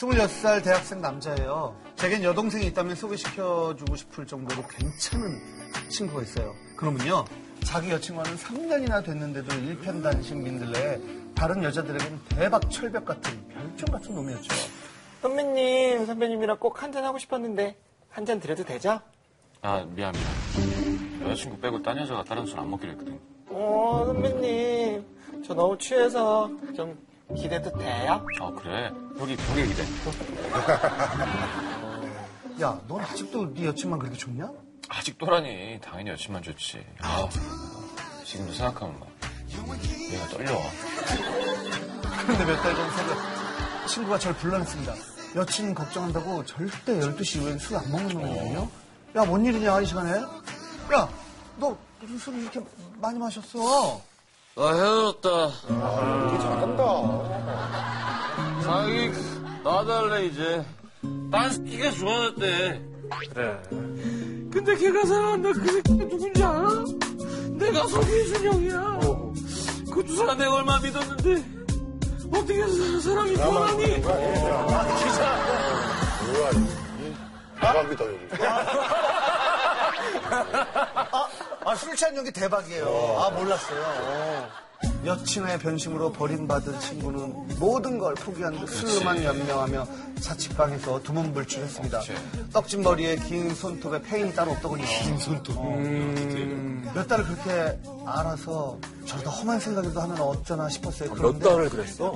26살 대학생 남자예요. 제겐 여동생이 있다면 소개시켜주고 싶을 정도로 괜찮은 친구가 있어요. 그러면요. 자기 여친과는 3년이나 됐는데도 일편단심 민들레 다른 여자들에겐 대박 철벽 같은 별종 같은 놈이었죠. 선배님, 선배님이랑 꼭 한 잔 하고 싶었는데 한 잔 드려도 되죠? 아, 미안합니다. 여자친구 빼고 딴 여자가 다른 술 안 먹기로 했거든. 어, 선배님, 저 너무 취해서 좀 기대도 돼요? 아, 그래? 여기, 여기 기대. 야, 넌 아직도 네 여친만 그렇게 좋냐? 아직도라니. 당연히 여친만 좋지. 아, 지금도 생각하면 막, 얘가 떨려. 그런데 몇 달 전 사귀었 친구가 저를 불러냈습니다. 여친 걱정한다고 절대 12시 이후엔 술 안 먹는 놈이거든요. 야, 뭔 일이냐, 이 시간에? 야, 너 무슨 술을 이렇게 많이 마셨어? 나 아, 헤어졌다. 이게 잘한다. 자기, 나달래, 이제. 딴 새끼가 좋아졌대. 근데 걔가 사랑한다 그 새끼가 누군지 알아? 내가 소기준 형이야. 그 두 사람 내가 얼마나 믿었는데 어떻게 사- 사람이 변하니? 뭐야, 이 대박이다, 여기. 아, 아, 술 취한 연기 대박이에요. 아, 몰랐어요. 어. 여친의 변심으로 버림받은 친구는 모든 걸 포기한 듯 술로만 연명하며 자취방에서 두문불출했습니다. 떡진 머리에 긴 손톱에 페인이 따로 없더군요. 긴 손톱. 몇 달을 그렇게 알아서 저러다 험한 생각이라도 하면 어쩌나 싶었어요. 그런데 몇 달을 그랬어?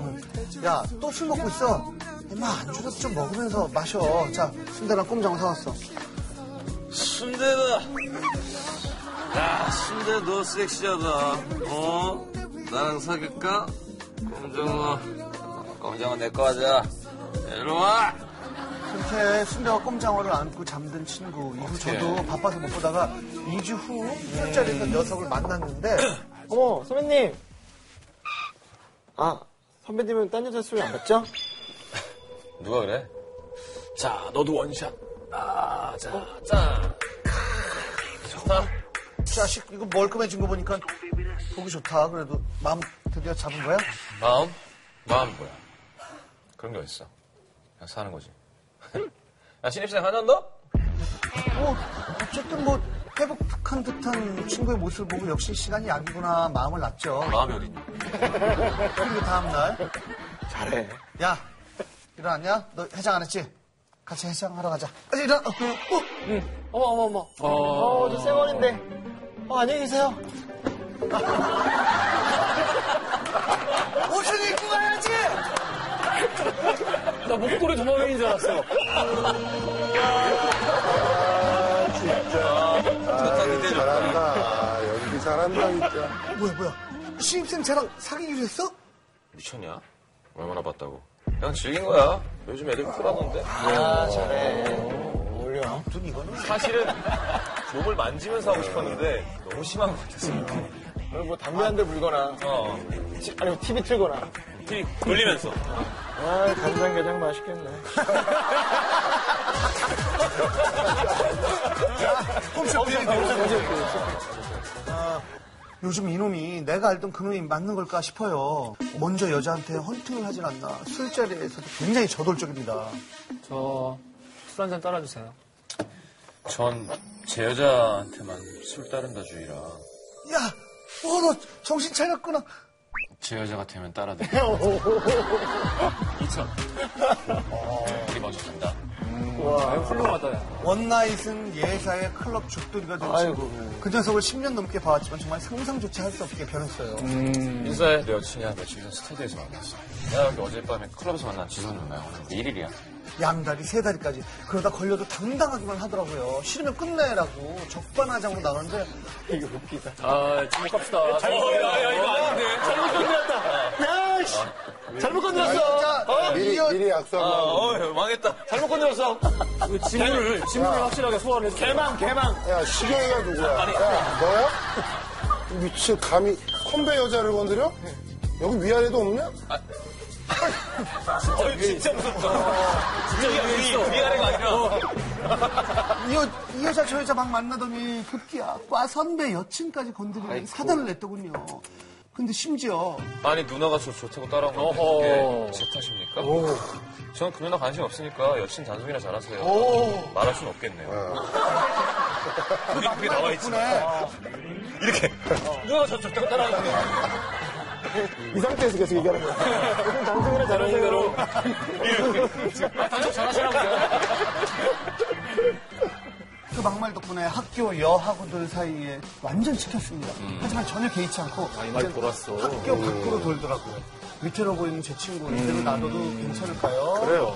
야, 또 술 먹고 있어. 엄마 안주라도 좀 먹으면서 마셔. 자, 순대랑 꼼장어 사왔어. 순대다. 야, 순대 너 섹시하다. 어? 나랑 사귈까? 검정어. 검정어 내 거 하자. 일로 와. 그렇게 순대와 꼼장어를 안고 잠든 친구. 이후 저도 바빠서 못 보다가 2주 후 술자리에서 녀석을 만났는데 어머, 선배님. 아, 선배님은 딴 여자 술안 봤죠? 누가 그래? 자 너도 원샷. 아, 자, 자. 좋다. 자식 이거 멀끔해진 거 보니까 보기 좋다. 그래도 마음 드디어 잡은 거야? 마음? 마음 뭐야? 그런 게 어딨어? 그냥 사는 거지. 야, 신입생 한잔 더? 뭐 어쨌든 뭐 회복한 듯한 친구의 모습을 보고 역시 시간이 약이구나 마음을 놨죠. 마음이 어딨냐? 그리고 다음날 잘해. 야 일어났냐? 너 해장 안 했지? 같이 해장하러 가자. 아, 일어나. 어, 어. 어머, 어머, 어머. 어, 저 생얼인데. 어, 안녕히 계세요. 옷을 입고 가야지. 나 목도리 도마뱀인 줄 알았어. 아, 여기 잘한다. 아, 연기 잘한다, 진짜. 뭐야 뭐야? 신입생 쟤랑 사귀기로 했어? 미쳤냐? 얼마나 봤다고? 그냥 즐긴 거야. 요즘 애들 쿨하던데? 아, 잘해. 어울려. 눈 이거는. 사실은 몸을 만지면서 하고 싶었는데 너무 심한 것 같았어. 그리고 뭐 담배 한 대 불거나, 어. 치- 아니면 TV 틀거나. TV 돌리면서. 아, 간장게장 맛있겠네. 요즘 이놈이 내가 알던 그놈이 맞는 걸까 싶어요. 먼저 여자한테 헌팅을 하진 않나. 술자리에서도 굉장히 저돌적입니다. 저, 술 한 잔 따라주세요. 전 제 여자한테만 술 따른다 주의라 야, 어, 너 정신 차렸구나. 제 여자 같으면 따라대 우리 먼저 간다 훌륭하다, 야. 원나잇은 예사의 클럽 죽돌이가 된 친구. 그 녀석을 10년 넘게 봐왔지만 정말 상상조차 할 수 없게 변했어요. 인사해 내 여친이 한 며칠 전 스터디에서 만났어 야 여기 어젯밤에 클럽에서 만난 지선 누나야 오늘 우리 1일이야 양다리, 세다리까지. 그러다 걸려도 당당하기만 하더라고요. 싫으면 끝내라고 적반하장으로 나가는데 아, 주목합시다. 잘못이야, 이거 아닌데. 잘못 건드렸다. 야, 씨. 잘못 아, 건드렸어. 자, 미리, 이어- 미리 약속 어 망했다 잘못 건드렸어. 질문을, 질문을 확실하게 소화를 해서. 개망, 개망. 야, 시계가 누구야? 야, 너야? 이 미친 감히 컴배 여자를 건드려? 여기 위아래도 없냐? 위아래가 아니라 이, 여, 이 여자 저 여자 막 만나더니 급기야 과 선배 여친까지 건드리는 사단을 냈더군요. 근데 심지어 아니 누나가 저 좋다고 따라온 건데 그게 제 탓입니까? 저는 그 누나 관심 없으니까 여친 단속이나 잘하세요. 말할 순 없겠네요. 이렇게 나와 있지만 이렇게 누나가 저 좋다고 따라온 거예요. 이 상태에서 계속 얘기하는 거야. 잘하세요. 이렇게. 아, 단속 잘하시라고요. 그 막말 덕분에 학교 여학우들 사이에 완전 찍혔습니다. 하지만 전혀 개의치 않고 이제 학교 밖으로 돌더라고요. 밑으로 보이는 제 친구 음. 이대로 놔둬도 괜찮을까요? 그래요.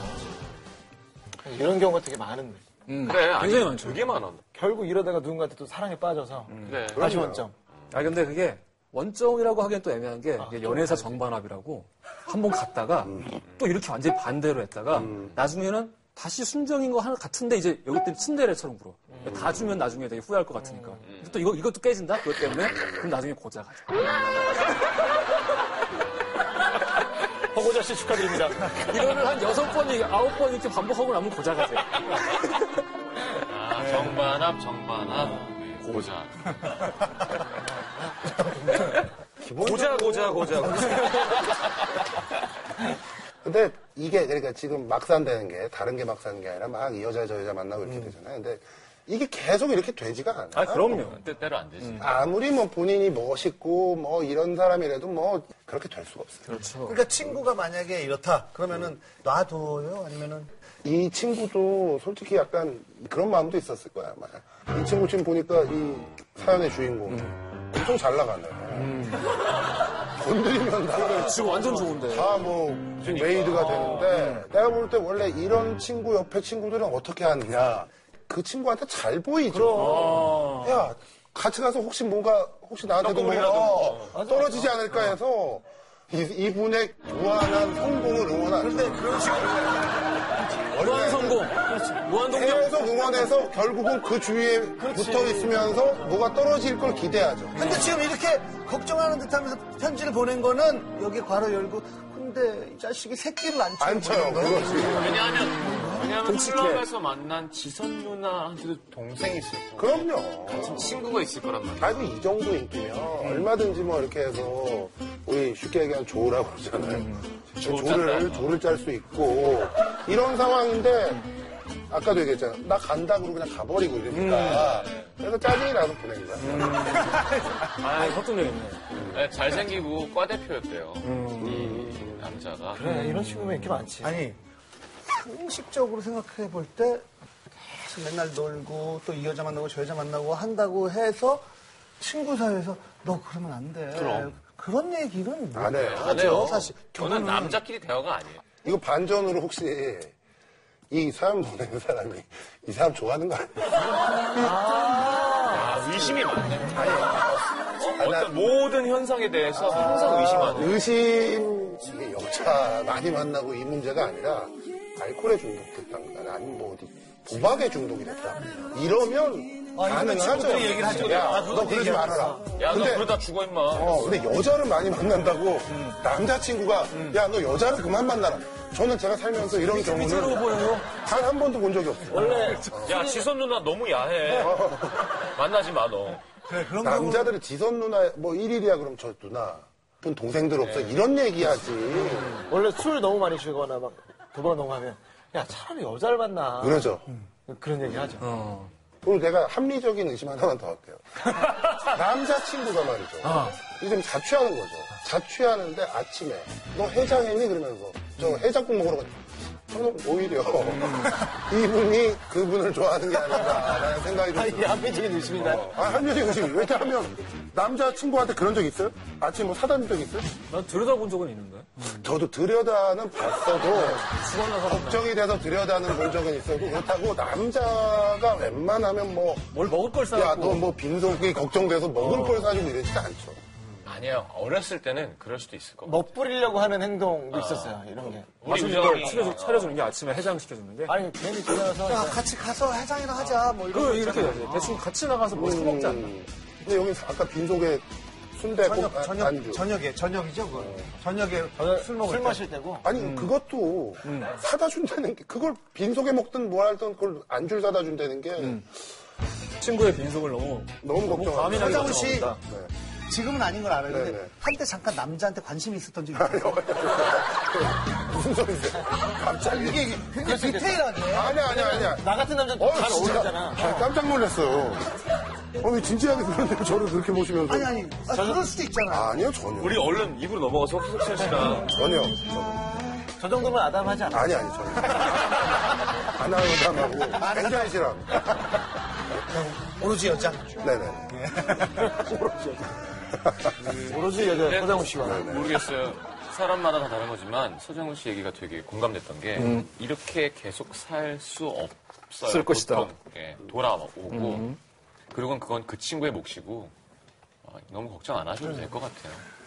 이런 경우가 되게 많은데. 그래, 네, 아니, 음. 굉장히 많죠. 되게 많아. 결국 이러다가 누군가한테 또 사랑에 빠져서 그래. 다시 원점. 아 근데 그게 원정이라고 하기엔 또 애매한 게 이게 연애사 정반합이라고 한 번 갔다가 또 이렇게 완전히 반대로 했다가 나중에는 다시 순정인 거 하나 같은데 이제 여기 때문에 침대래처럼 굴어. 다 주면 나중에 되게 후회할 것 같으니까. 또 이거 이것도 깨진다. 그것 때문에 그럼 나중에 고자 가자. 허고자 씨 축하드립니다. 이거를 한 여섯 번, 이게 아홉 번 이렇게 반복하고 나면 고자 가자. 아, 정반합, 정반합. 고자. 고자, 고자, 고자, 고자. 근데 이게 그러니까 지금 막 산다는 게 다른 게 막 사는 게 아니라 막 이 여자 저 여자 만나고 이렇게 되잖아요. 근데 이게 계속 이렇게 되지가 않아. 아 그럼요. 뜻대로 안 되지. 아무리 뭐 본인이 멋있고 뭐 이런 사람이라도 뭐 그렇게 될 수가 없어요. 그렇죠. 그러니까 친구가 만약에 이렇다 그러면은 놔둬요 아니면은 이 친구도 솔직히 약간 그런 마음도 있었을 거야. 아마. 이 친구 지금 보니까 이 사연의 주인공 음. 엄청 잘 나가네. 건드리면 나 지금 완전 좋은데. 다뭐 그러니까. 메이드가 음. 되는데 내가 볼 때 원래 이런 친구 옆에 친구들은 어떻게 하느냐 그 친구한테 잘 아. 보이죠. 야 같이 가서 혹시 뭔가 혹시 나한테도 뭔가 어, 떨어지지 않을까 해서 이, 이분의 무한한 성공을 응원하는 근데 그런 식으로 무한 성공. 그렇죠. 무한 동력. 네. 계속 응원해서 결국은 그 주위에 붙어 있으면서 뭐가 떨어질 걸 기대하죠. 근데 지금 이렇게 걱정하는 듯하면서 편지를 보낸 거는 여기 괄호 열고 근데 이 자식이 새끼를 안 쳐요. 안 쳐요. 그거 왜냐하면, 왜냐하면 솔직해. 훌랑에서 만난 지선 누나한테도 동생이 있을 거고 그럼요. 친구가 있을 거란 말이야. 아이고 이 정도 인기면 얼마든지 뭐 이렇게 해서 우리 쉽게 얘기하면 조라고 그러잖아요. 음. 조를 조를 짤 수 있고 이런 상황인데 아까도 얘기했잖아. 나 간다 그러고 그냥 가버리고 이러니까 그래서 짜증이 나서 보낸 거야. 아 협동 되겠네. 네, 잘생기고 과대표였대요. 이 남자가. 그래, 네, 이런 친구면 이렇게 많지. 아니 상식적으로 생각해 볼 때 계속 맨날 놀고 또 이 여자 만나고 저 여자 만나고 한다고 해서 친구 사이에서 너 그러면 안 돼. 그럼. 런 얘기는 못 안 해요. 안 해요. 하죠 사실. 아, 네, 어, 저는 남자끼리 대화가 아니에요. 이거 반전으로 혹시 이 사람 보낸 사람이 이 사람 좋아하는 거 아니야? 아, 의심이 많네. 아니야. 어떤 모든 현상에 대해서 항상 의심하는. 아, 의심 이게 여자 많이 만나고 이 문제가 아니라 알코올에 중독됐다거나 아니면 뭐 어디 도박에 중독이 됐다 이러면 아, 이거는 가능하죠. 친구들이 얘기를 하죠. 야, 아, 그건 너 그러지 얘기하죠. 말아라. 야, 너 근데 그러다 죽어, 임마. 어, 근데 여자를 많이 만난다고 남자친구가 야 너 여자를 그만 만나라. 저는 제가 살면서 이런 경우는 단 한 번도 본 적이 없어요. 원래, 야, 지선 누나 너무 야해. 만나지 마, 너. 그래 그런 경우 남자들은 지선 누나 뭐 1일이야 그럼 저 누나 분 동생들 없어 네. 이런 얘기하지. 음. 원래 술 너무 많이 주거나 막 도박 너무 하면 야 차라리 여자를 만나 그러죠. 그런 얘기 하죠. 오늘 내가 합리적인 의심 하나만 더 할게요. 남자친구가 말이죠. 이좀 자취하는 거죠. 자취하는데 아침에 너 해장했니? 그러면서 저 해장국 먹으러 갔 저는 오히려 이분이 그분을 좋아하는 게 아닌가라는 생각이 이게 들어요. 합리적인 의심이다. 아, 합리적인 의심. 왜냐하면 남자친구한테 그런 적 있어요? 아침에 뭐 사다 준적 있어요? 난 들여다본 적은 있는데. 저도 들여다는 봤어도 걱정이 돼서 들여다는 본 적은 있어도 그렇다고 남자가 웬만하면 뭐 뭘 먹을 걸 야, 싸갖고. 너 뭐 빈속이 걱정돼서 먹을 걸 사주고 이러지도 않죠. 아니야, 어렸을 때는 그럴 수도 있을 뭐, 것 같아. 멋부리려고 하는 행동도 있었어요. 이런 게. 우리 맛있는 우정이. 걸 차려주, 차려주는 게 아침에 해장시켜주는 게. 아니 괜히 들어가서 야, 같이 가서 해장이나 하자 뭐 이런 그 거 이렇게 있잖아요. 해야지. 대충 같이 나가서 뭐 사먹지 않나. 음. 근데 여기 아까 빈속에 순대 아, 저녁 꼭 저녁 그 뭐, 안주. 저녁에 저녁이죠 그건. 저녁에 술 먹을 네. 술 때. 마실 때고 아니 그것도 사다 준다는 게 그걸 빈속에 먹든 뭘 하든 그걸 안주를 사다 준다는 게 친구의 빈속을 너무 너무 걱정하네. 과민하게 서장훈 씨 걱정한다. 네. 지금은 아닌 걸 알아요. 근데 네네. 한때 잠깐 남자한테 관심이 있었던 적이 있어요. 무슨 소리세요? 갑자기. 이게, 이게 굉장히 그 디테일하게. 아니야, 아니야, 아니야. 나 같은 남자는 어, 잘 진짜. 어울리잖아. 아, 깜짝 놀랐어요. 아니, 진지하게 들었는데 저를 그렇게 보시면서. 아니, 아니. 아, 그럴 수도 있잖아. 아니요, 전혀. 우리 얼른 입으로 넘어가서 석철 씨랑 전혀. 저 정도면 아담하지 않아? 아니, 아니, 전혀. 아나운담하고 굉장히 싫어. 오로지 여자. 네네. 오로지 여자 네, 네, 서장훈 씨가. 모르겠어요. 사람마다 다 다른 거지만 서장훈 씨 얘기가 되게 공감됐던 게 이렇게 계속 살 수 없어요. 쓸 것이다. 보통. 예, 돌아오고 어, 그리고 그건 그 친구의 몫이고 아, 너무 걱정 안 하셔도 될 것 같아요.